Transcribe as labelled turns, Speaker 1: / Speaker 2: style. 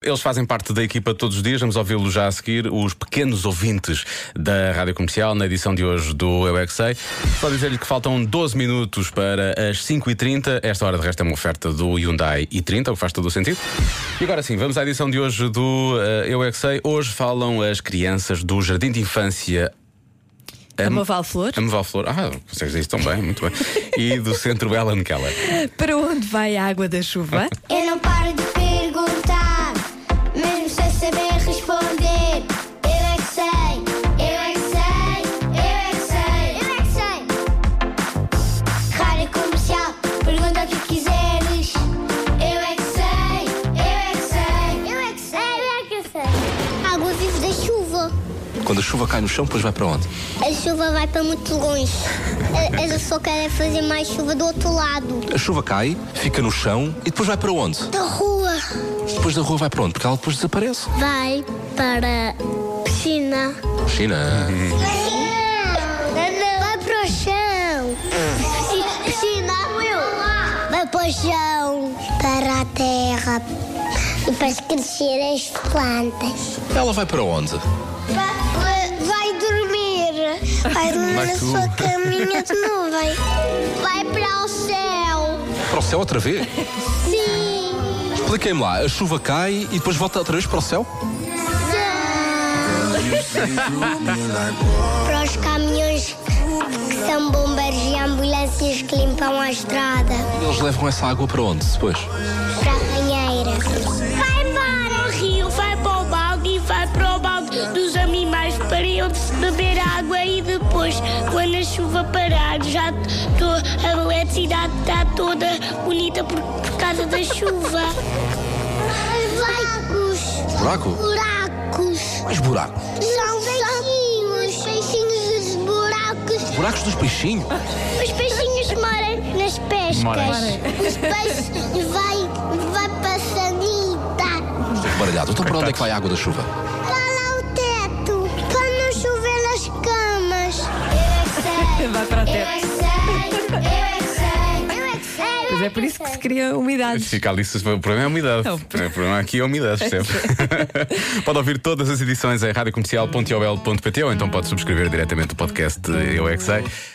Speaker 1: Eles fazem parte da equipa todos os dias, vamos ouvi-los já a seguir, os pequenos ouvintes da Rádio Comercial, na edição de hoje do Eu é Que Sei. Só dizer-lhe que faltam 12 minutos para as 5h30. Esta hora de resto é uma oferta do Hyundai i30, o que faz todo o sentido. E agora sim, vamos à edição de hoje do eh, Eu é Que Sei. Hoje falam as crianças do Jardim de Infância
Speaker 2: A Moval Flor,
Speaker 1: Amoval Flor. Ah, vocês dizem tão bem, muito bem. E do Centro Ellen Keller.
Speaker 2: para onde vai a água da chuva?
Speaker 3: Eu não paro de perguntar, mesmo sem saber responder. Eu é que sei, eu é que sei, eu é que sei, eu é que sei. Rádio comercial, pergunta o que quiseres. Eu é que sei, eu é que sei, eu é que sei, eu é que sei. Água vive da chuva.
Speaker 4: Quando a chuva cai no chão, depois vai para onde?
Speaker 3: A chuva vai para muito longe. Ela só quer é fazer mais chuva do outro lado.
Speaker 4: A chuva cai, fica no chão e depois vai para onde?
Speaker 3: Da rua.
Speaker 4: Depois da rua vai para onde? Porque ela depois desaparece.
Speaker 3: Vai para piscina.
Speaker 4: China.
Speaker 3: Vai para o chão. Piscina, eu. Vai para o chão. Para a terra. E para crescer as plantas.
Speaker 4: Ela vai para onde?
Speaker 3: Vai, dormir. Vai dormir
Speaker 1: Vai tu. sua
Speaker 3: caminha de nuvem. Vai para o céu.
Speaker 4: Para o céu outra vez?
Speaker 3: Sim.
Speaker 4: Expliquem-me lá, a chuva cai e depois volta outra vez para o céu?
Speaker 3: para os caminhões que são bombeiros e ambulâncias que limpam a estrada.
Speaker 4: Eles levam essa água para onde depois?
Speaker 3: Para a banheira.
Speaker 5: Vai para o rio, vai para o balde e vai para o balde dos animais para eles beber água e depois, quando a chuva parar, já tô, a, a cidade está toda bonita por, por causa da chuva.
Speaker 3: Buracos.
Speaker 4: Buraco?
Speaker 3: Buracos.
Speaker 4: Mais buraco.
Speaker 3: São peixinhos. Peixinhos dos buracos.
Speaker 4: Buracos dos peixinhos?
Speaker 3: Os peixinhos moram nas pescas. Os peixes vai, vai para a sanita.
Speaker 4: Estou baralhado. Então para onde é que vai a água da chuva?
Speaker 3: Para o teto, para não chover nas camas.
Speaker 2: Vai para o
Speaker 3: Eu é
Speaker 2: teto.
Speaker 3: que sei, eu é que sei, eu é que sei.
Speaker 2: Mas é por isso que se cria umidade.
Speaker 1: Fica ali, se- o problema é a umidade.
Speaker 2: Não.
Speaker 1: O problema aqui é a umidade, percebe? pode ouvir todas as edições em radiocomercial.ol.pt ou então pode subscrever diretamente o podcast Eu é Que Sei.